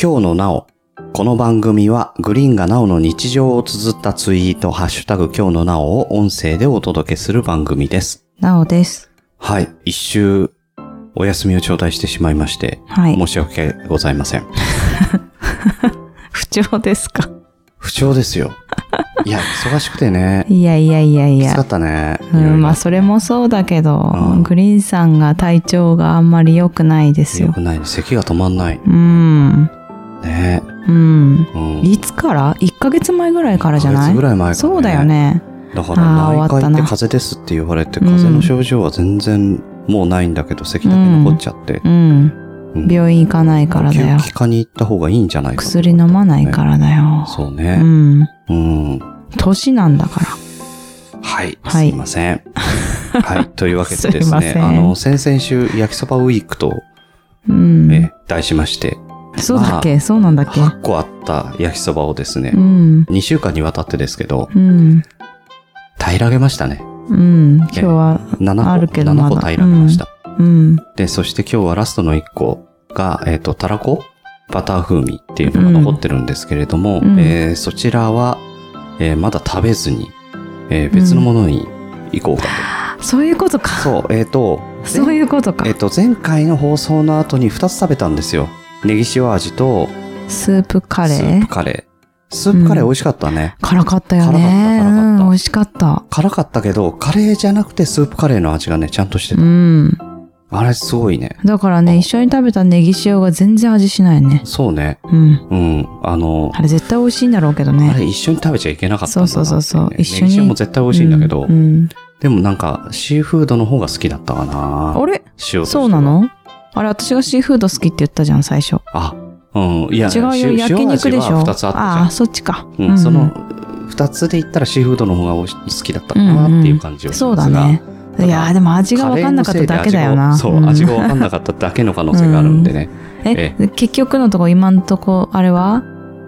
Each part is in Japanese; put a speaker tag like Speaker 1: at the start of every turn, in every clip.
Speaker 1: 今日のなお。この番組はグリーンがなおの日常を綴ったツイート、ハッシュタグ今日のなおを音声でお届けする番組です。
Speaker 2: なおです。
Speaker 1: はい。一周お休みを頂戴してしまいまして、
Speaker 2: はい
Speaker 1: 申。し訳ございません。
Speaker 2: 不調ですか
Speaker 1: 不調です よ。いや、忙しくてね。
Speaker 2: いやいやいやい
Speaker 1: きつか
Speaker 2: や。
Speaker 1: ったね。
Speaker 2: う
Speaker 1: いろいろ
Speaker 2: ん、まあそれもそうだけど、
Speaker 1: うん
Speaker 2: グリーンさんが体調があんまり良くないです
Speaker 1: よ
Speaker 2: よ。
Speaker 1: くないね。咳が止まんない。
Speaker 2: うん。
Speaker 1: ね
Speaker 2: うん。
Speaker 1: うん。
Speaker 2: いつから ?1 ヶ月前ぐらいからじゃ
Speaker 1: 1ヶ
Speaker 2: ない
Speaker 1: 月ぐらい前から、
Speaker 2: そうだよ。ね。
Speaker 1: だから
Speaker 2: あ
Speaker 1: 内
Speaker 2: ー終わ
Speaker 1: 科行
Speaker 2: った
Speaker 1: って
Speaker 2: な
Speaker 1: 風邪ですって言われて、風邪の症状は全然もうないんだけど、咳だけ残っちゃって。
Speaker 2: うん。
Speaker 1: うん
Speaker 2: 病院行かないからだよ
Speaker 1: 呼。吸器科に行った方がいいんじゃないかと
Speaker 2: 薬飲まないからだよ。
Speaker 1: そう
Speaker 2: う
Speaker 1: ね。
Speaker 2: ん。
Speaker 1: うん。
Speaker 2: 年なんだから。
Speaker 1: はい。す
Speaker 2: はい
Speaker 1: いません。 はい。というわけでです
Speaker 2: すいま
Speaker 1: ね、
Speaker 2: せん
Speaker 1: あの、先々週、焼きそばウィークと、
Speaker 2: うん。
Speaker 1: え、題しまして、
Speaker 2: そうだっけそうなんだっけ
Speaker 1: 8個あった焼きそばをですね
Speaker 2: う、ん。
Speaker 1: 2週間にわたってですけど、
Speaker 2: うん。
Speaker 1: 平らげましたね。
Speaker 2: うん。今日は、
Speaker 1: 7個、
Speaker 2: あるけど
Speaker 1: 7
Speaker 2: まだ
Speaker 1: 個平らげました。
Speaker 2: うん。
Speaker 1: で、そして今日はラストの1個が、えっ、と、たらこバター風味っていうのが残ってるんですけれども、
Speaker 2: うん
Speaker 1: えーそちらは、えーまだ食べずに、えー別のものに行こうか
Speaker 2: そういうことか。
Speaker 1: と。そう、えっ、と、ぜ
Speaker 2: そういうことか
Speaker 1: えっ、。と、前回の放送の後に2つ食べたんですよ。ネギ塩味と、
Speaker 2: スープカレ
Speaker 1: スー
Speaker 2: ー
Speaker 1: プカレー。スープカレー美味しかったね。
Speaker 2: 辛かったよ
Speaker 1: 辛
Speaker 2: ね。
Speaker 1: かった辛かった
Speaker 2: うん、美味しかった。
Speaker 1: 辛かったけど、カレーじゃなくてスープカレーの味がね、ちゃんとして
Speaker 2: う
Speaker 1: た。
Speaker 2: ん。
Speaker 1: あれすごいね。
Speaker 2: だからね、一緒に食べたネギ塩が全然味しないね。
Speaker 1: そうね。
Speaker 2: うん。
Speaker 1: うん。あの、
Speaker 2: あれ絶対美味しいんだろうけど
Speaker 1: あ
Speaker 2: ね。
Speaker 1: れ一緒に食べちゃいけなかったんだなって
Speaker 2: そうそうそうそう
Speaker 1: ね
Speaker 2: 一緒
Speaker 1: ネ
Speaker 2: に
Speaker 1: ギ塩も絶対美味しいんだけど、
Speaker 2: うんうん
Speaker 1: でもなんかシーフードの方が好きだったかな
Speaker 2: あ
Speaker 1: 塩
Speaker 2: れ
Speaker 1: としては
Speaker 2: そうなのあれ、私がシーフード好きって言ったじゃん、最初。
Speaker 1: あ、うん。いや、
Speaker 2: 違うよ、
Speaker 1: 塩
Speaker 2: 焼肉で
Speaker 1: 塩
Speaker 2: し
Speaker 1: 味
Speaker 2: ょ
Speaker 1: は二つあった
Speaker 2: ああ、そっちか。
Speaker 1: じゃん。うん、その、二つで言ったらシーフードの方がおいし好きだったかなっていう感じ
Speaker 2: う
Speaker 1: は
Speaker 2: ん
Speaker 1: するんで
Speaker 2: そうだ
Speaker 1: すが、
Speaker 2: ね。
Speaker 1: だ
Speaker 2: い
Speaker 1: から
Speaker 2: やーでも味が
Speaker 1: カ
Speaker 2: 分
Speaker 1: レ
Speaker 2: か
Speaker 1: ー
Speaker 2: んな
Speaker 1: の
Speaker 2: かっ
Speaker 1: せ
Speaker 2: た
Speaker 1: いで
Speaker 2: だけ
Speaker 1: 味
Speaker 2: だよ
Speaker 1: が
Speaker 2: な。
Speaker 1: そうう、
Speaker 2: ん
Speaker 1: 味が分かんなかっただけの可能性があるんでね。
Speaker 2: え、結局のとこ今のとこ、あれは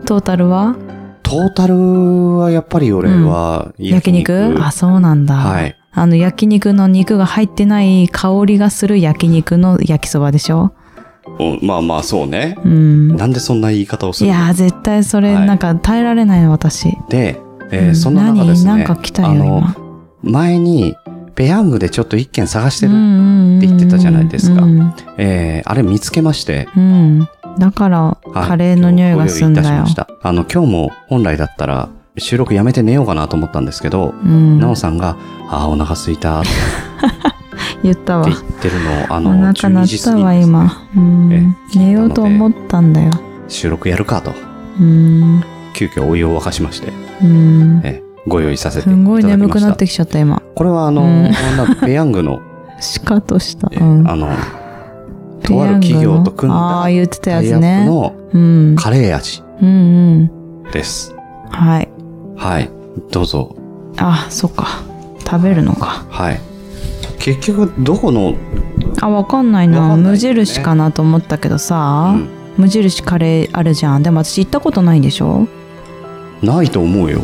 Speaker 2: トータルは
Speaker 1: トータルはやっぱり俺は
Speaker 2: 焼
Speaker 1: 焼肉。
Speaker 2: 肉あ、そうなんだ。
Speaker 1: はい。
Speaker 2: あの焼肉の肉が入ってない香りがする焼肉の焼きそばでしょ
Speaker 1: うんまあまあ、そうね。
Speaker 2: うん。
Speaker 1: なんでそんな言い方をす
Speaker 2: い
Speaker 1: るの
Speaker 2: やー絶対それ
Speaker 1: はい
Speaker 2: なんか耐えられないの私。
Speaker 1: で、えー
Speaker 2: うん
Speaker 1: そんな中ですね、
Speaker 2: 何なんか来たよ
Speaker 1: あの
Speaker 2: 今。
Speaker 1: 前にペヤングでちょっと一軒探してる、
Speaker 2: って
Speaker 1: 言ってたじゃないですか
Speaker 2: うん。
Speaker 1: えーあれ見つけまして、
Speaker 2: うんだから
Speaker 1: はい
Speaker 2: カレーの匂いがすん
Speaker 1: ご
Speaker 2: だ
Speaker 1: 用意い
Speaker 2: よ
Speaker 1: たしまし。たあの、今日も本来だったら収録やめて寝ようかなと思ったんですけど、
Speaker 2: うん
Speaker 1: なおさんが、あーお腹すいたって
Speaker 2: 言ったわ
Speaker 1: 言。ってるのを、あ
Speaker 2: お
Speaker 1: の、
Speaker 2: 腹
Speaker 1: 12
Speaker 2: 鳴っ
Speaker 1: 時過
Speaker 2: た
Speaker 1: ぎ
Speaker 2: わ
Speaker 1: にですね
Speaker 2: 今。うん
Speaker 1: え聞いたので
Speaker 2: 寝ようと思ったんだよ。
Speaker 1: 収録やるかと、
Speaker 2: うん。
Speaker 1: 急遽お湯を沸かしまして、
Speaker 2: うん。
Speaker 1: えーご用意させてい
Speaker 2: す
Speaker 1: ただき
Speaker 2: んご
Speaker 1: ま
Speaker 2: い
Speaker 1: した。
Speaker 2: 眠くなってきちゃった今。
Speaker 1: これはあの、
Speaker 2: うん
Speaker 1: なんかペヤングの、
Speaker 2: シカとした。
Speaker 1: え
Speaker 2: うん。
Speaker 1: あの、とある企業と組んだ
Speaker 2: ああー、言ってた
Speaker 1: タ
Speaker 2: や
Speaker 1: イア
Speaker 2: つ
Speaker 1: ップ
Speaker 2: ね。
Speaker 1: の
Speaker 2: うん。
Speaker 1: カレー味
Speaker 2: うんうん。
Speaker 1: です。
Speaker 2: はい。
Speaker 1: はい。どうぞ。
Speaker 2: あ、そっか。食べるのか。
Speaker 1: はい。結局、どこの、
Speaker 2: あ、わかんない
Speaker 1: わか
Speaker 2: な。
Speaker 1: んない
Speaker 2: 無印かなと思ったけどさ、
Speaker 1: うん
Speaker 2: 無印カレーあるじゃん。でも私行ったことないんでしょ
Speaker 1: ないと思うよ。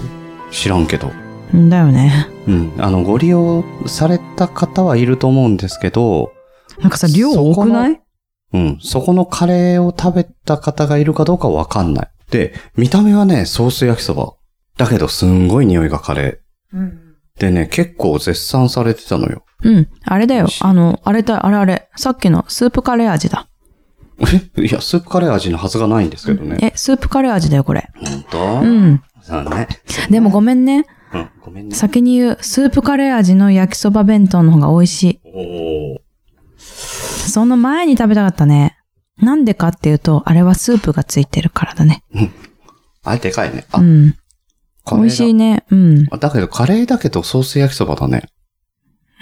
Speaker 1: 知らんけど。
Speaker 2: んだよね。
Speaker 1: うん。あの、ご利用された方はいると思うんですけど、
Speaker 2: なんかさ、量多くない
Speaker 1: うん。そこのカレーを食べた方がいるかどうかわかんない。で、見た目はね、ソース焼きそば。だけど、すんごい匂いがカレ
Speaker 2: うん。
Speaker 1: ー。でね、結構絶賛されてたのよ。
Speaker 2: うん。あれだよ。あの、あれだ、あれあれ。さっきのスープカレー味だ。
Speaker 1: え いや、スープカレー味のはずがないんですけどね。
Speaker 2: え、スープカレー味だよ、これ。
Speaker 1: 本当
Speaker 2: うん。
Speaker 1: そうね。
Speaker 2: でもごめんね。
Speaker 1: うん、ごめんね。
Speaker 2: 先に言う、スープカレー味の焼きそば弁当の方が美味しい。
Speaker 1: おー
Speaker 2: その前に食べたかったね。なんでかっていうと、あれはスープがついてるからだね。
Speaker 1: あれでかいね。あ、
Speaker 2: うん。
Speaker 1: カ
Speaker 2: 美
Speaker 1: レーだ
Speaker 2: 味しいね。うん。
Speaker 1: あだけど、カレーだけどソース焼きそばだね。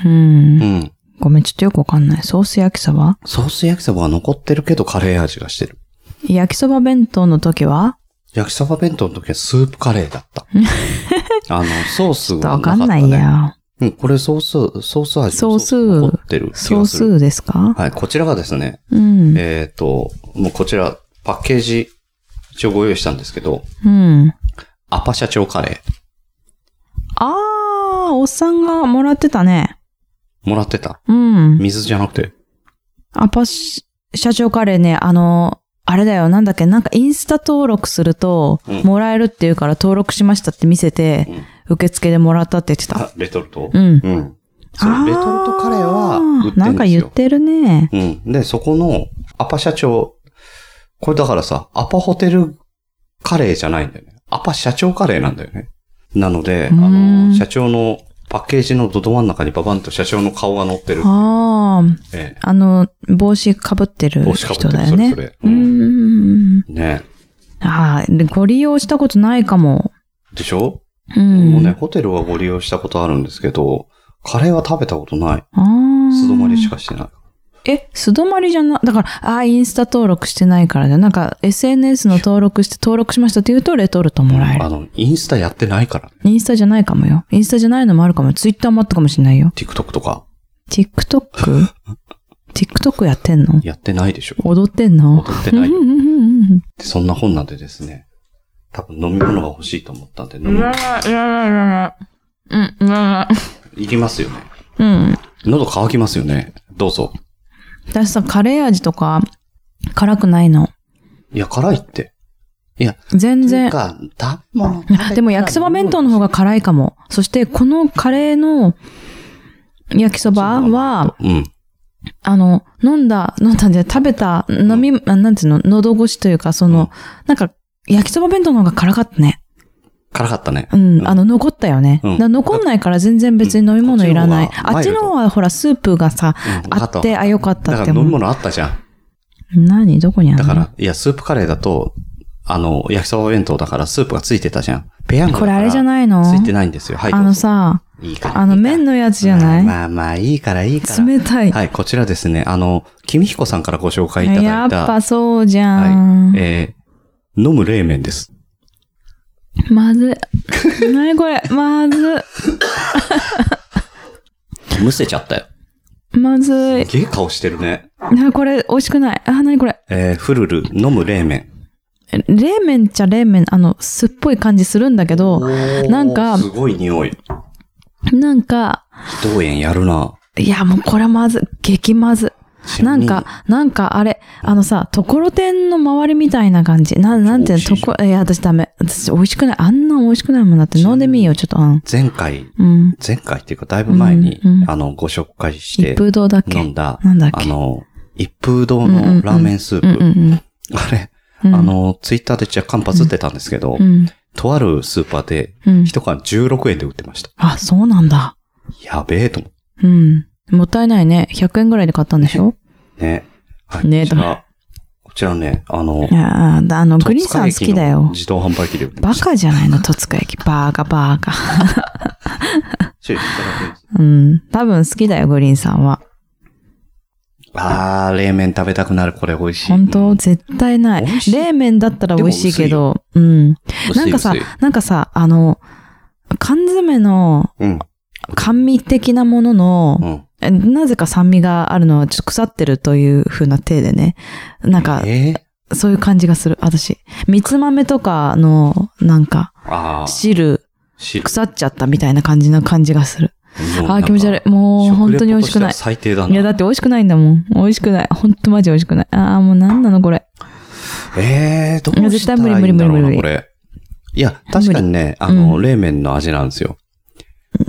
Speaker 2: う。
Speaker 1: うんん。
Speaker 2: ごめん、ちょっとよくわかんない。ソース焼きそば
Speaker 1: ソース焼きそばは残ってるけど、カレー味がしてる。
Speaker 2: 焼きそば弁当の時は
Speaker 1: 焼きそば弁当の時はスープカレーだ った。あの、ソース
Speaker 2: ちょっと
Speaker 1: は
Speaker 2: わ
Speaker 1: なか
Speaker 2: か
Speaker 1: った、ね。
Speaker 2: んないや。
Speaker 1: うん、これソース、ソース味
Speaker 2: ソース
Speaker 1: 残ってる気がする。
Speaker 2: ソースですか
Speaker 1: はい、こちらがですね、
Speaker 2: うん。
Speaker 1: えっ、と、もうこちら、パッケージ、一応ご用意したんですけど、
Speaker 2: うん。
Speaker 1: アパ社長カレ
Speaker 2: あー、おっさんがもらってたね。
Speaker 1: ー、もらってた。
Speaker 2: うん。
Speaker 1: 水じゃなくて、
Speaker 2: アパシ、社長カレーね、あの、あれだよ、なんだっけ、なんかインスタ登録すると、
Speaker 1: うん
Speaker 2: もらえるっていうから登録しましたって見せて、受付でもらったって言ってた。
Speaker 1: あ、レトルト
Speaker 2: うん。
Speaker 1: うん。そう、レトルトカレーは売ってるんですよ。
Speaker 2: なんか言ってるね。
Speaker 1: うん。で、そこの、アパ社長、これだからさ、アパホテルカレーじゃないんだよね。アパ社長カレーなんだよね。なので、あ
Speaker 2: うーん
Speaker 1: の、社長のパッケージのどど真ん中にババンと社長の顔が乗ってる。
Speaker 2: ああ、
Speaker 1: え
Speaker 2: あの、帽子かぶってる
Speaker 1: 帽子かぶって
Speaker 2: 人
Speaker 1: る
Speaker 2: だよね。
Speaker 1: それそれ
Speaker 2: う
Speaker 1: うん
Speaker 2: ん。
Speaker 1: えね
Speaker 2: ああ、でご利用したことないかも。
Speaker 1: え。でしょ、
Speaker 2: う。
Speaker 1: うんもうね、ホテルはご利用したことあるんですけど、カレーは食べたことない。
Speaker 2: ああ。
Speaker 1: 素泊まりしかしてない。
Speaker 2: え、素泊まりじゃな、だから、ああ、インスタ登録してないからだよ。なんか、SNS の登録して、登録しましたって言うと、レトルトもらえ
Speaker 1: あ
Speaker 2: る。
Speaker 1: の、インスタやってないからね。
Speaker 2: インスタじゃないかもよ。インスタじゃないのもあるかも。ツイッターもあったかもしれないよ。
Speaker 1: TikTok とか
Speaker 2: TikTok?TikTok やってんの
Speaker 1: やってないでしょ
Speaker 2: 踊ってんの
Speaker 1: 踊ってない
Speaker 2: うんうんうんうん。
Speaker 1: でそんな本なんでですね、多分飲み物が欲しいと思ったんで、飲み物
Speaker 2: うん、うん、
Speaker 1: いりますよね。
Speaker 2: うん。
Speaker 1: 喉乾きますよね。どうぞ。
Speaker 2: 私さ、カレー味とか、辛くないの。
Speaker 1: いや、辛いって。
Speaker 2: 全然。
Speaker 1: か、だもん
Speaker 2: でも焼きそば弁当の方が辛いかも。そして、このカレーの焼きそばは、、
Speaker 1: うん。
Speaker 2: あの、飲んだ、飲んだんじゃない、食べた、飲み、あなんていうの、喉越しというか、その、なんか、焼きそば弁当の方が辛かったね。
Speaker 1: 辛かったね。
Speaker 2: うん、あの、残ったよね。
Speaker 1: うん
Speaker 2: だから残んないから全然別に飲み物いらな
Speaker 1: う
Speaker 2: い。
Speaker 1: ん
Speaker 2: あ
Speaker 1: こ
Speaker 2: っ
Speaker 1: っ
Speaker 2: ち
Speaker 1: ちの
Speaker 2: の方
Speaker 1: 方
Speaker 2: は、ほら、スープがさ、
Speaker 1: うん
Speaker 2: あって、あ、よかっ
Speaker 1: だ
Speaker 2: た
Speaker 1: から
Speaker 2: って
Speaker 1: 飲み
Speaker 2: 思う。
Speaker 1: 物あったじゃん。
Speaker 2: 何どこにある
Speaker 1: だ
Speaker 2: の
Speaker 1: から、いや、スープカレーだと、あの、焼きそば弁当だからスープがついてたじゃん。ペヤングだ
Speaker 2: こ
Speaker 1: か
Speaker 2: れ
Speaker 1: ら
Speaker 2: あれじゃないの
Speaker 1: ついてないんですよ。はい。
Speaker 2: あ
Speaker 1: どう
Speaker 2: の
Speaker 1: ぞ
Speaker 2: さ、
Speaker 1: いいから
Speaker 2: あの
Speaker 1: いいから
Speaker 2: 麺のやつじゃない、
Speaker 1: まあまあまあ、いいからいいから。
Speaker 2: 冷たい。
Speaker 1: はい、こちらですね、あの、君彦さんからご紹介いただいた。
Speaker 2: やっぱそうじゃん。
Speaker 1: はい。えー飲む冷麺です。
Speaker 2: まずい。何これまず
Speaker 1: むせちゃったよ。
Speaker 2: い。まずい。
Speaker 1: ゲー顔してるね。
Speaker 2: な、これ、美味しくない。あ、何これ。
Speaker 1: えーフルル、飲む冷麺。
Speaker 2: 冷麺っちゃ冷麺、あの、すっぽい感じするんだけど、なんか
Speaker 1: すごい匂い。
Speaker 2: なんか、
Speaker 1: 同園やるな。
Speaker 2: いや、もうこれはまずい、激まずい。なんか、なんかあれ、あのさ、ところてんの周りみたいな感じ。なん、なんていう
Speaker 1: 美味
Speaker 2: の、
Speaker 1: し
Speaker 2: と
Speaker 1: い
Speaker 2: こ、いや、私ダメ。私、美味しくない。あんな美味しくないもんだって飲んでみーよ、ちょっと。うん。
Speaker 1: 前回、
Speaker 2: うん。
Speaker 1: 前回っていうかだいぶ前に、
Speaker 2: うんうん
Speaker 1: あの、ご紹介し
Speaker 2: 一
Speaker 1: て
Speaker 2: 風堂だっけ
Speaker 1: 飲んだ、
Speaker 2: なんだっ
Speaker 1: あ
Speaker 2: け
Speaker 1: の、一風堂のラーメンスープ。
Speaker 2: うんうん
Speaker 1: あれ、
Speaker 2: うん。
Speaker 1: あの、ツイッターで若干パズってたんですけど、
Speaker 2: うん、
Speaker 1: とあるスーパーで、
Speaker 2: うん。
Speaker 1: 一缶16円で売ってました。
Speaker 2: あ、そうなんだ。
Speaker 1: やべえと思っ
Speaker 2: うん。もったいないね。100円ぐらいで買ったんでしょ
Speaker 1: て。ね。はい。
Speaker 2: ねえ
Speaker 1: こちら、こちらね、あの
Speaker 2: い、やーあの、グリーンさん好きだよ。
Speaker 1: 自動販売機で売ってま
Speaker 2: バ
Speaker 1: した。
Speaker 2: カじゃないの、戸塚駅。バーカバーカ。
Speaker 1: ちょいただきます
Speaker 2: うん。多分好きだよ、グリーンさんは。
Speaker 1: あー、冷麺食べたくなる、これ美味しい。
Speaker 2: 本当、
Speaker 1: うん
Speaker 2: 絶対ない
Speaker 1: 美味。しい
Speaker 2: 冷麺だったら美味しいけど、うん。なんかさ
Speaker 1: 薄い薄い、
Speaker 2: なんかさ、あの、缶詰の
Speaker 1: うん。
Speaker 2: 甘味的なものの、
Speaker 1: うん。
Speaker 2: えなぜか酸味があるのはちょっと腐ってるという風な体でね。なんか、
Speaker 1: えー、
Speaker 2: そういう感じがする、私。みつ豆とかの、なんか、
Speaker 1: あー、
Speaker 2: 汁、
Speaker 1: 汁。
Speaker 2: 腐っちゃったみたいな感じな感じがする。あー、気持ち悪い。もう、本当に美味しくない。
Speaker 1: 最低だ
Speaker 2: いや、
Speaker 1: な。
Speaker 2: だって美味しくないんだもん。美味しくない。ほんとマジ美味しくない。ああ、もうなんなのこれ。
Speaker 1: えー、どうしたら
Speaker 2: いや絶対無
Speaker 1: い
Speaker 2: 理
Speaker 1: いんだろう
Speaker 2: 無理無理無
Speaker 1: な、
Speaker 2: 理
Speaker 1: これ。いや、確かにね、あの、
Speaker 2: うん
Speaker 1: 冷麺の味なんですよ。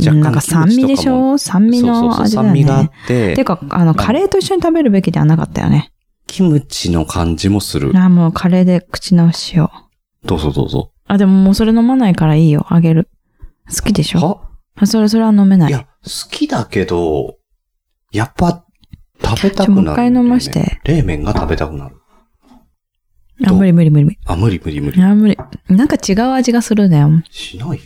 Speaker 1: 若干
Speaker 2: うんなんか酸味でしょ酸味
Speaker 1: そう
Speaker 2: の
Speaker 1: そうそう、
Speaker 2: 味だ
Speaker 1: 酸
Speaker 2: よ
Speaker 1: 味があっ
Speaker 2: ね。
Speaker 1: て
Speaker 2: て、か、あの、カレーと一緒に食べるべきではなかったよね。
Speaker 1: キムチの感じもする。
Speaker 2: ああ、もうカレーで口直ししよう。
Speaker 1: どうぞどうぞ。
Speaker 2: あ、でももうそれ飲まないからいいよ。あげる。好きでしょ
Speaker 1: は
Speaker 2: あそれ、それは飲めないい。
Speaker 1: や、好きだけど、やっぱ、食べたくな
Speaker 2: ちょ
Speaker 1: る
Speaker 2: も
Speaker 1: ん
Speaker 2: う
Speaker 1: だ
Speaker 2: 一
Speaker 1: よね。
Speaker 2: 回飲まして。
Speaker 1: 冷麺が食べたくなる。
Speaker 2: あ、無理無理無理無理。
Speaker 1: あ、無理無理無理。
Speaker 2: あ、無理。なんか違う味がするんだよ。
Speaker 1: しないよ。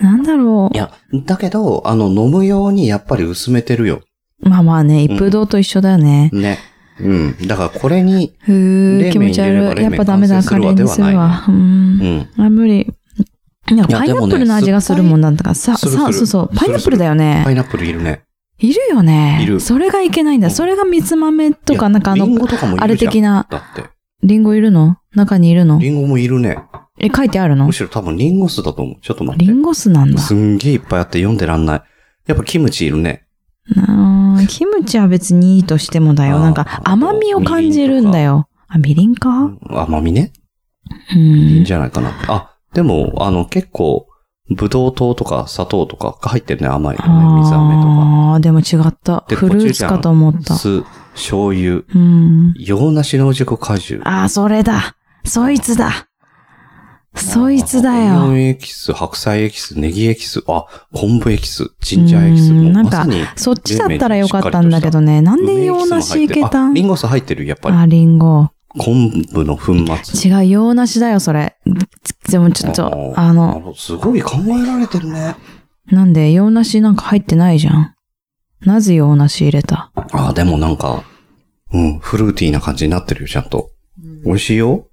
Speaker 2: なんだろ
Speaker 1: いや、だけど、あの、飲むようにやっぱり薄めてるよ。
Speaker 2: う。まあまあね、一風堂と一緒だよね。
Speaker 1: ね。うん。だからこれに、
Speaker 2: ふ
Speaker 1: 冷
Speaker 2: ー、
Speaker 1: 麺
Speaker 2: 気持ち
Speaker 1: 入れれ
Speaker 2: 悪
Speaker 1: ば
Speaker 2: い。
Speaker 1: 冷
Speaker 2: やっ
Speaker 1: 麺
Speaker 2: ぱダメだ、カレーにす
Speaker 1: 完
Speaker 2: る
Speaker 1: 成するわ
Speaker 2: わ。うん
Speaker 1: う。ん。
Speaker 2: あ、無理。いや、
Speaker 1: いや
Speaker 2: パイナップルの味がするもんなんだから、さ、
Speaker 1: でもね酸っぱ
Speaker 2: さ、
Speaker 1: い
Speaker 2: そうそ
Speaker 1: するす、る
Speaker 2: うパイナップルだよ
Speaker 1: パ
Speaker 2: ね。
Speaker 1: イナップルいるね。
Speaker 2: いるよね。
Speaker 1: いる
Speaker 2: それがいけないんだ。
Speaker 1: うん
Speaker 2: それが蜜豆
Speaker 1: い
Speaker 2: とか、
Speaker 1: や
Speaker 2: なんかあ
Speaker 1: リン
Speaker 2: の、
Speaker 1: ゴとかもいるじゃん。
Speaker 2: あれ的な、
Speaker 1: だって。
Speaker 2: リンゴいるの中にいるの
Speaker 1: リンゴもいるね。
Speaker 2: え、書いてあるの
Speaker 1: むしろ多分リンゴ酢だと思う。ちょっと待
Speaker 2: リ
Speaker 1: っ
Speaker 2: ンゴ酢なん
Speaker 1: て。
Speaker 2: だ。
Speaker 1: すんげえいっぱいあって読んでらんない。やっぱキムチいるね。
Speaker 2: あーあキムチは別にいいとしてもだよ。
Speaker 1: あー
Speaker 2: なんか甘みを感じるんだよ。あ、みりんか
Speaker 1: 甘みね。
Speaker 2: う
Speaker 1: いいん
Speaker 2: ん。
Speaker 1: じゃないかな。あ、でも、あの、結構、ブドウ糖とか砂糖とかが入ってるね、甘いよね。水飴
Speaker 2: ああ、でも違った。
Speaker 1: で
Speaker 2: フルーツかと思っ
Speaker 1: とか。
Speaker 2: た。
Speaker 1: 酢、醤油、
Speaker 2: うん。
Speaker 1: 洋梨の熟果汁。
Speaker 2: ああ、それだ。そいつだ。そいつだ
Speaker 1: オニオ
Speaker 2: よ。
Speaker 1: ンエキス、白菜エキス、ネギエキス、あ、昆布エキス、ジンジャーエキス。
Speaker 2: うん
Speaker 1: もう
Speaker 2: なん
Speaker 1: ま
Speaker 2: か
Speaker 1: さに、
Speaker 2: そっちだったらよかったんだけどね。なんで洋梨いけた
Speaker 1: あリ
Speaker 2: ん
Speaker 1: ンゴ酢入ってる、やっぱり。
Speaker 2: あ、リンゴ。
Speaker 1: 昆布の粉末。
Speaker 2: 違う、洋梨だよ、それ。でもちょっと、
Speaker 1: あー
Speaker 2: あ
Speaker 1: なる
Speaker 2: の、
Speaker 1: ほどすごい考えられてるね。
Speaker 2: なんで洋梨なんか入ってないじゃん。なぜ洋梨入れた
Speaker 1: ああ、でもなんか、うん、フルーティーな感じになってるよ、ちゃんと。美味しいよ。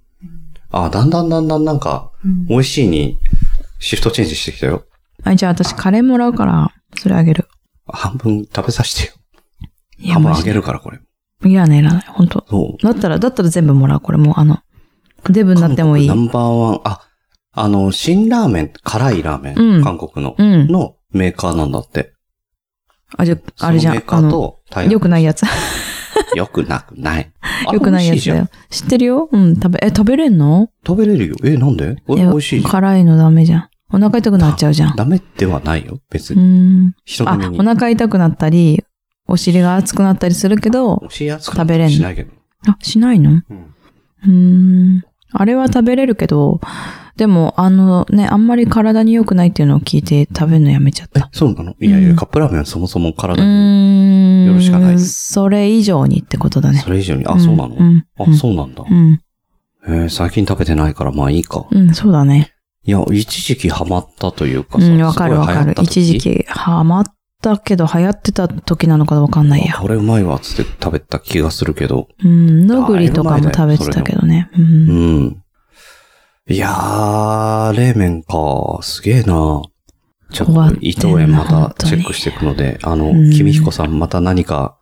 Speaker 1: ああ、だんだんだんだんなんか、美味しいにシフトチェンジしてきたよ。
Speaker 2: あ、じゃあ私カレーもらうから、それあげる。
Speaker 1: 半分食べさせてよ。
Speaker 2: い
Speaker 1: 半分あ
Speaker 2: マジで
Speaker 1: げるから、これ。
Speaker 2: いらないいらない、本当
Speaker 1: そう。
Speaker 2: だったら、だったら全部もらう、これもう、あの、デブになってもいい。
Speaker 1: 韓
Speaker 2: う
Speaker 1: 国ナンバーワン、あ、あの、辛ラーメン、辛いラーメン、
Speaker 2: うん
Speaker 1: 韓国の、
Speaker 2: ん。
Speaker 1: のメーカーなんだって。
Speaker 2: あ、じゃあ、あれじゃ
Speaker 1: そ
Speaker 2: ん
Speaker 1: のメーカ
Speaker 2: あ
Speaker 1: ー
Speaker 2: の、
Speaker 1: と対応
Speaker 2: よくないやつ。
Speaker 1: よくなくない。あ
Speaker 2: よくないや
Speaker 1: 美味し
Speaker 2: つ
Speaker 1: じゃ
Speaker 2: だ
Speaker 1: ん
Speaker 2: よ。知ってるようん、食べ、え、食べれんの
Speaker 1: 食べれるよ。え、なんでお
Speaker 2: い
Speaker 1: 美
Speaker 2: や
Speaker 1: 味しいじゃん。
Speaker 2: 辛いのダメじゃん。お腹痛くなっちゃうじゃん。
Speaker 1: ダメではないよ、別
Speaker 2: う
Speaker 1: に。
Speaker 2: ん。
Speaker 1: 人
Speaker 2: あ
Speaker 1: 並み、に。
Speaker 2: お腹痛くなったり、お尻が熱くなったりするけど、
Speaker 1: お尻熱く
Speaker 2: 食べれんの
Speaker 1: しないけど。
Speaker 2: あ、しないの
Speaker 1: うん
Speaker 2: うーん。あれは食べれるけど、でも、あのね、あんまり体に良くないっていうのを聞いて食べるのやめちゃっ
Speaker 1: え
Speaker 2: た。、
Speaker 1: そうなのいやいうや、
Speaker 2: ん
Speaker 1: カップラーメンはそもそも体
Speaker 2: う
Speaker 1: に。
Speaker 2: ーん。
Speaker 1: よろしかない
Speaker 2: それ以上にってことだね。
Speaker 1: それ以上に、あ、そうなの
Speaker 2: ん。
Speaker 1: あ、そうなんだ
Speaker 2: う。ん。
Speaker 1: えー最近食べてないから、まあいいか。
Speaker 2: うん、うんそうだね。
Speaker 1: いや、一時期ハマったというか
Speaker 2: う
Speaker 1: さ
Speaker 2: ん、わかるわかる。一時。
Speaker 1: すごい流行った時
Speaker 2: 期、ハマったけど、流行ってた時なのかわかんない
Speaker 1: あ
Speaker 2: や。
Speaker 1: これうまいわ、つって食べた気がするけど。
Speaker 2: うん、のぐりとかも食べてたけどね。う。
Speaker 1: うんん。いやー、冷麺か。すげえな。ちょっ
Speaker 2: 終わっ
Speaker 1: と
Speaker 2: てん、な
Speaker 1: 伊藤園ま
Speaker 2: 本当
Speaker 1: たチ
Speaker 2: に
Speaker 1: ェックしていくので、あの、
Speaker 2: うん
Speaker 1: 君彦さんまた何か、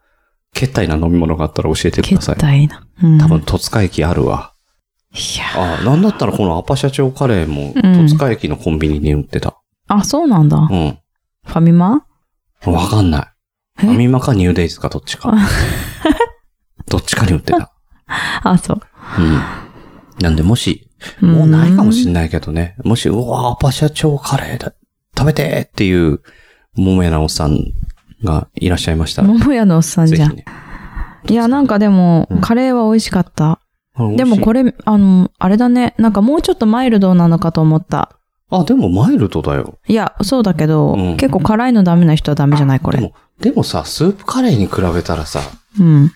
Speaker 1: 決体な飲み物があったら教えてくださ
Speaker 2: 決
Speaker 1: い。
Speaker 2: 体な。うん。
Speaker 1: 多分、戸塚駅あるわ。
Speaker 2: いや。
Speaker 1: あ、なんだったらこのアパ社長カレーも、
Speaker 2: うん
Speaker 1: 戸塚駅のコンビニに売ってた。
Speaker 2: あ、そうなんだ
Speaker 1: う。ん。
Speaker 2: ファミマ
Speaker 1: わかんない。
Speaker 2: え
Speaker 1: ファミマかニューデイズかどっち か。どっちかに売ってた。
Speaker 2: あ、そう。
Speaker 1: うん。なんで、もし、もうないかもしれないけどね。もし、うわーアパ社長カレーだ。食べてーっていう、桃屋なおっさんがいらっしゃいましたら。
Speaker 2: 桃屋のおっさん
Speaker 1: ぜ
Speaker 2: じゃ
Speaker 1: ひ
Speaker 2: ん。
Speaker 1: ね。
Speaker 2: いや、なんかでも
Speaker 1: うん、
Speaker 2: カレーは美味しかった。でもこ
Speaker 1: れ。
Speaker 2: れ、あの、あれだね。なんかもうちょっとマイルドなのかと思った。
Speaker 1: あ、でもマイルドだよ。
Speaker 2: いや、そうだけど、
Speaker 1: うん
Speaker 2: 結構辛いのダメな人はダメじゃないこ
Speaker 1: で
Speaker 2: れ。
Speaker 1: も、でもさ、スープカレーに比べたらさ、
Speaker 2: うん。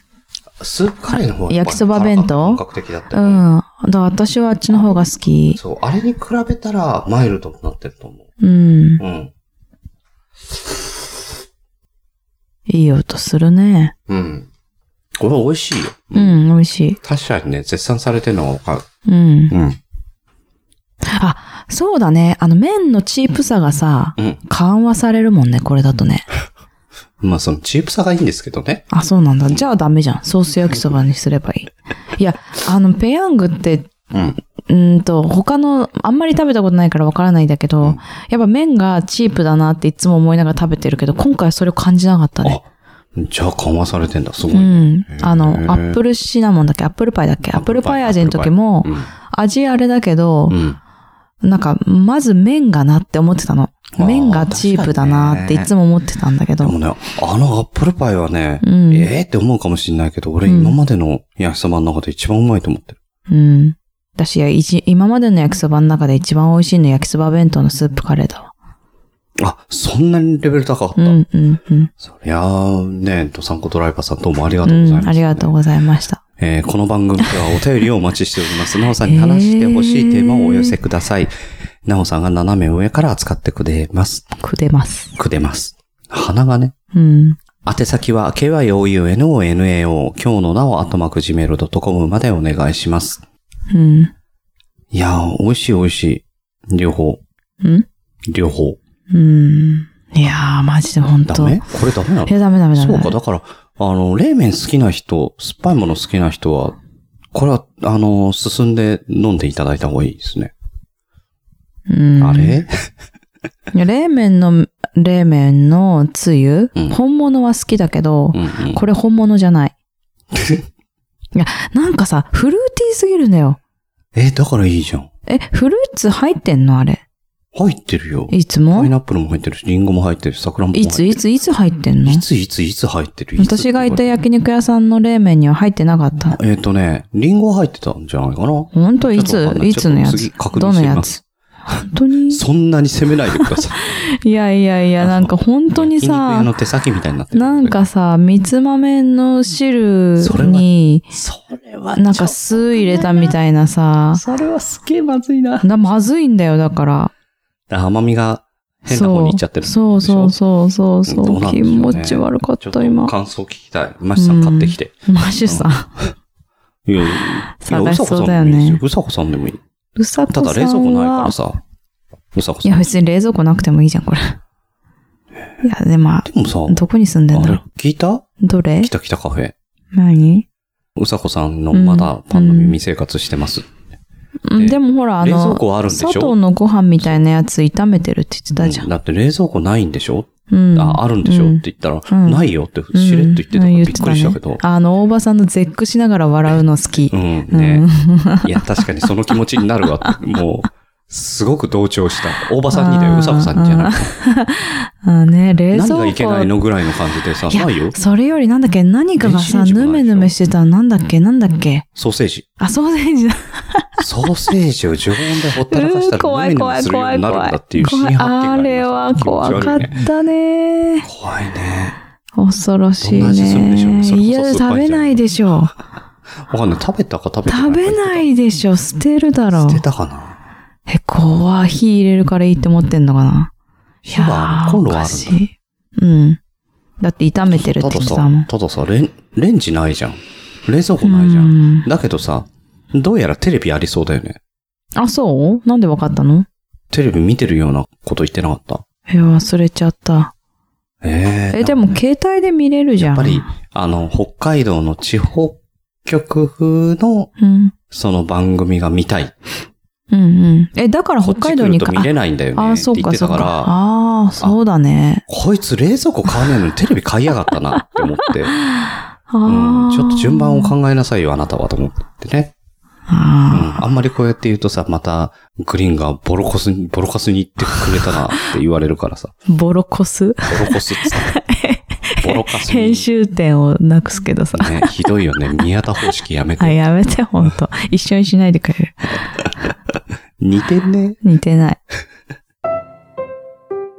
Speaker 1: スープカレーの方がやっぱ
Speaker 2: 焼きそば弁当
Speaker 1: 本格的だった
Speaker 2: う
Speaker 1: よね。
Speaker 2: ん。だから私はあっちの方が好き。
Speaker 1: そう、あれに比べたらマイルドになってると思
Speaker 2: うん。
Speaker 1: う。うん。
Speaker 2: いい音するね。
Speaker 1: うん。これ美味しいよ。
Speaker 2: うん、美味しい。
Speaker 1: 確かにね、絶賛されてるのがわかる。
Speaker 2: うん。
Speaker 1: うん。
Speaker 2: あ、そうだね。あの、麺のチープさがさ、
Speaker 1: うん。
Speaker 2: 緩和されるもんね、これだとね。
Speaker 1: まあそのチープさがいいんですけどね。
Speaker 2: あ、そうなんだ。じゃあダメじゃん。ソース焼きそばにすればいい。いや、あの、ペヤングって、
Speaker 1: うん。
Speaker 2: うーんと、他の、あんまり食べたことないからわからないんだけど、
Speaker 1: うん
Speaker 2: やっぱ麺がチープだなっていつも思いながら食べてるけど、今回それを感じなかったね。
Speaker 1: あ、じゃあ緩和されてんだ。すごいうね。
Speaker 2: ん
Speaker 1: へ。ー
Speaker 2: あの、アップルシナモンだっけアップルパイだっけアップルパイ味の時も
Speaker 1: う、ん。
Speaker 2: 味あれだけど、
Speaker 1: うん。
Speaker 2: なんか、まず麺がなって思ってたの。
Speaker 1: あー
Speaker 2: 麺がチープだなっていつも思ってたんだけ
Speaker 1: で
Speaker 2: ど。
Speaker 1: もね、あのアップルパイはね、
Speaker 2: うん
Speaker 1: ええって思うかもしれないけど、俺
Speaker 2: うん
Speaker 1: 今までの焼きそばの中で一番うまいと思ってる。
Speaker 2: うん。私や、いち今までの焼きそばの中で一番美味しいの焼きそば弁当のスープカレーだわ。
Speaker 1: あ、そんなにレベル高かった。
Speaker 2: うん、うん、うん。
Speaker 1: そりゃあ、ね、ドサンコドライバーさんどうもありがとうございま
Speaker 2: う
Speaker 1: す、
Speaker 2: ん、ありがとうございました。
Speaker 1: えーこの番組ではお便りをお待ちしております。なおさんに話してほしいテーマをお寄せください。なおさんが斜め上から扱ってくれます。
Speaker 2: くれます。
Speaker 1: くれます。鼻がね。
Speaker 2: うん。
Speaker 1: 宛先は、kyounonao、今日のなお、あとまく gmail.com までお願いします。
Speaker 2: うん。
Speaker 1: いやー、美味しい美味しい。両方。
Speaker 2: うん
Speaker 1: 両方。
Speaker 2: うん。いやー、マジで本
Speaker 1: ダ
Speaker 2: 当
Speaker 1: メこれダメなの
Speaker 2: いや、ダメダメダ
Speaker 1: そ
Speaker 2: メ
Speaker 1: う
Speaker 2: ダ
Speaker 1: か、
Speaker 2: メ。
Speaker 1: だから、あの、冷麺好きな人、酸っぱいもの好きな人は、これは、あの、進んで飲んでいただいた方がいいですね。
Speaker 2: うん。
Speaker 1: あれ
Speaker 2: いや冷麺の、冷麺のつゆ、
Speaker 1: うん
Speaker 2: 本物は好きだけど
Speaker 1: う、んうん
Speaker 2: これ本物じゃない。いや、なんかさ、フルーティーすぎるんだよ。
Speaker 1: え、だからいいじゃん。
Speaker 2: え、フルーツ入ってんのあれ。
Speaker 1: 入ってるよ。
Speaker 2: いつ
Speaker 1: パ
Speaker 2: も
Speaker 1: イナップルも入ってるし、リンゴも入ってるし、桜も入
Speaker 2: い
Speaker 1: って
Speaker 2: つ
Speaker 1: る。
Speaker 2: いついつ入ってんの
Speaker 1: いついついつ入ってるいつ
Speaker 2: 私がいた焼肉屋さんの冷麺には入ってなかった。
Speaker 1: えっ、とね、リンゴ入ってたんじゃないかな。
Speaker 2: ほんとい
Speaker 1: ちょっとわ
Speaker 2: つ
Speaker 1: かんない
Speaker 2: いつのや
Speaker 1: ちょっと次
Speaker 2: つ
Speaker 1: 確認
Speaker 2: どの
Speaker 1: してみ
Speaker 2: や
Speaker 1: ま
Speaker 2: つ本当に
Speaker 1: そんなに責めないでください。
Speaker 2: いやいやいや、なんか本当に
Speaker 1: 焼肉屋
Speaker 2: さ、
Speaker 1: の手先みたいになってる。
Speaker 2: なん、かさ、みつ豆の汁
Speaker 1: それは
Speaker 2: に、
Speaker 1: それは
Speaker 2: なんか酢入れたみたいなさ、
Speaker 1: それはすげえまずいな。
Speaker 2: なまずいんだよ、だから。
Speaker 1: 甘みが変な方に行っちゃってるんでし
Speaker 2: そ
Speaker 1: ょ。
Speaker 2: うそうそうそうそう
Speaker 1: ど
Speaker 2: そうう、
Speaker 1: なんで
Speaker 2: 気
Speaker 1: しょうね
Speaker 2: 持ち悪かっ、
Speaker 1: ちょったと
Speaker 2: 今。
Speaker 1: 感想聞きたい。マシさん買ってきて。
Speaker 2: マシュさん。
Speaker 1: いやいや、いや
Speaker 2: 探
Speaker 1: う
Speaker 2: し
Speaker 1: さこ
Speaker 2: そうだ
Speaker 1: さ
Speaker 2: よ
Speaker 1: んでもいいです
Speaker 2: ね
Speaker 1: よ。。うさこさんでもいい。
Speaker 2: うさ
Speaker 1: た
Speaker 2: こ
Speaker 1: だ
Speaker 2: さ
Speaker 1: 冷蔵庫
Speaker 2: ん
Speaker 1: ないか
Speaker 2: は
Speaker 1: ら、さ。うさこ
Speaker 2: い
Speaker 1: さん。
Speaker 2: や
Speaker 1: で
Speaker 2: 別に冷蔵庫なくてもいいじゃん、これ。いや、でも、ま
Speaker 1: もさ、
Speaker 2: あどこに住んでん
Speaker 1: あ
Speaker 2: だろ
Speaker 1: れ
Speaker 2: う。、
Speaker 1: 聞いた
Speaker 2: どれ
Speaker 1: きたきたカフェ。
Speaker 2: 何
Speaker 1: うさこさんのまだパンの耳生活してます。
Speaker 2: うんでもほら、あ
Speaker 1: 冷
Speaker 2: の、
Speaker 1: 蔵庫はあるんでしょ
Speaker 2: 砂糖のご飯みたいなやつ炒めてるって言ってたじゃ
Speaker 1: うん
Speaker 2: ん。
Speaker 1: だって冷蔵庫ないんでしょ、
Speaker 2: うん。
Speaker 1: あ、あるんでしょ、
Speaker 2: うん
Speaker 1: って言ったら、
Speaker 2: うん
Speaker 1: ないよってしれっと言ってたから
Speaker 2: うん
Speaker 1: び
Speaker 2: 言
Speaker 1: ってくりしたけど
Speaker 2: ね。あの、大場さんの絶句しながら笑うの好き
Speaker 1: う。ん、
Speaker 2: うん
Speaker 1: ね、いや、確かにその気持ちになるわ。 もう、すごく同調した。大場さんにだ
Speaker 2: あ
Speaker 1: よ、
Speaker 2: ー
Speaker 1: うさこさんにじゃなくて。
Speaker 2: あね、冷
Speaker 1: 何
Speaker 2: 蔵庫。
Speaker 1: がいけないのぐらいの感じでさ、
Speaker 2: いや
Speaker 1: ないよ。
Speaker 2: それよりなんだっけ、何かが
Speaker 1: 電
Speaker 2: さ、
Speaker 1: 子レンジもないでし
Speaker 2: ヌ
Speaker 1: ょ
Speaker 2: メヌメしてたなんだっけ、なんだっけ。
Speaker 1: ソーセージ。
Speaker 2: あ、ソーセージだ。
Speaker 1: ソーセージを常温でほっ
Speaker 2: う
Speaker 1: たらかした
Speaker 2: ー
Speaker 1: ら、
Speaker 2: 怖い怖い怖い
Speaker 1: なる
Speaker 2: 怖
Speaker 1: んだ
Speaker 2: い
Speaker 1: っていう。新
Speaker 2: 怖い
Speaker 1: 発見がり
Speaker 2: あ
Speaker 1: ました
Speaker 2: れは怖かっ
Speaker 1: 気持ち悪いね
Speaker 2: たね。
Speaker 1: 怖いね。
Speaker 2: 恐ろしい
Speaker 1: どんな味するんでしょうね
Speaker 2: ね。
Speaker 1: それこそ
Speaker 2: い
Speaker 1: 酸っぱ
Speaker 2: や、
Speaker 1: いじゃん
Speaker 2: 食べないでしょ。
Speaker 1: わかんない。食べたか食べてない
Speaker 2: 食
Speaker 1: か。
Speaker 2: べないでしょ。捨てるだろ
Speaker 1: 捨
Speaker 2: う
Speaker 1: て。たかな
Speaker 2: え、怖い。火入れるからいいって思ってんのかな。い
Speaker 1: 火はある、コンロはあるんだ
Speaker 2: おかしいうん。だって炒めてるっ
Speaker 1: た
Speaker 2: て言
Speaker 1: だ
Speaker 2: って
Speaker 1: さ
Speaker 2: たもん。、
Speaker 1: たださ、レン、レンジないじゃん。冷蔵庫ないじゃん。
Speaker 2: うん
Speaker 1: だけどさ、どうやらテレビありそうだよね。
Speaker 2: あ、そうなんでわかったの
Speaker 1: テレビ見てるようなこと言ってなかった。
Speaker 2: え、忘れちゃった。
Speaker 1: ええ
Speaker 2: え、でも携帯で見れるじゃん。
Speaker 1: やっぱり、あの、北海道の地方局風の
Speaker 2: うん。
Speaker 1: その番組が見たい。
Speaker 2: うんうん。え、だから
Speaker 1: こ
Speaker 2: 北
Speaker 1: っち来
Speaker 2: 海道
Speaker 1: る
Speaker 2: に
Speaker 1: と見れないんだよ
Speaker 2: あ
Speaker 1: ね。
Speaker 2: あ、
Speaker 1: って
Speaker 2: そう
Speaker 1: 言っ
Speaker 2: か、
Speaker 1: て
Speaker 2: そ
Speaker 1: た
Speaker 2: うか
Speaker 1: か。ら、
Speaker 2: ああ、そうだね。
Speaker 1: こいつ冷蔵庫買わねえのにテレビ買いやがったなって思って、
Speaker 2: あ
Speaker 1: う
Speaker 2: あ。
Speaker 1: ん、ちょっと順番を考えなさいよ、あなたはと思ってね。う
Speaker 2: あ
Speaker 1: んあんまりこうやって言うとさ、また、グリーンがボロコスに、ボロカスに言ってくれたなって言われるからさ、
Speaker 2: あ、ボロコス
Speaker 1: ボロコスっつ って。ボロカスに。
Speaker 2: 編集点をなくすけどさ。
Speaker 1: ね、ひどいよね。宮田方式やめ
Speaker 2: あ、
Speaker 1: て。
Speaker 2: やめて、ほんと。一緒にしないでくれる。
Speaker 1: 似てんね。
Speaker 2: 似てない。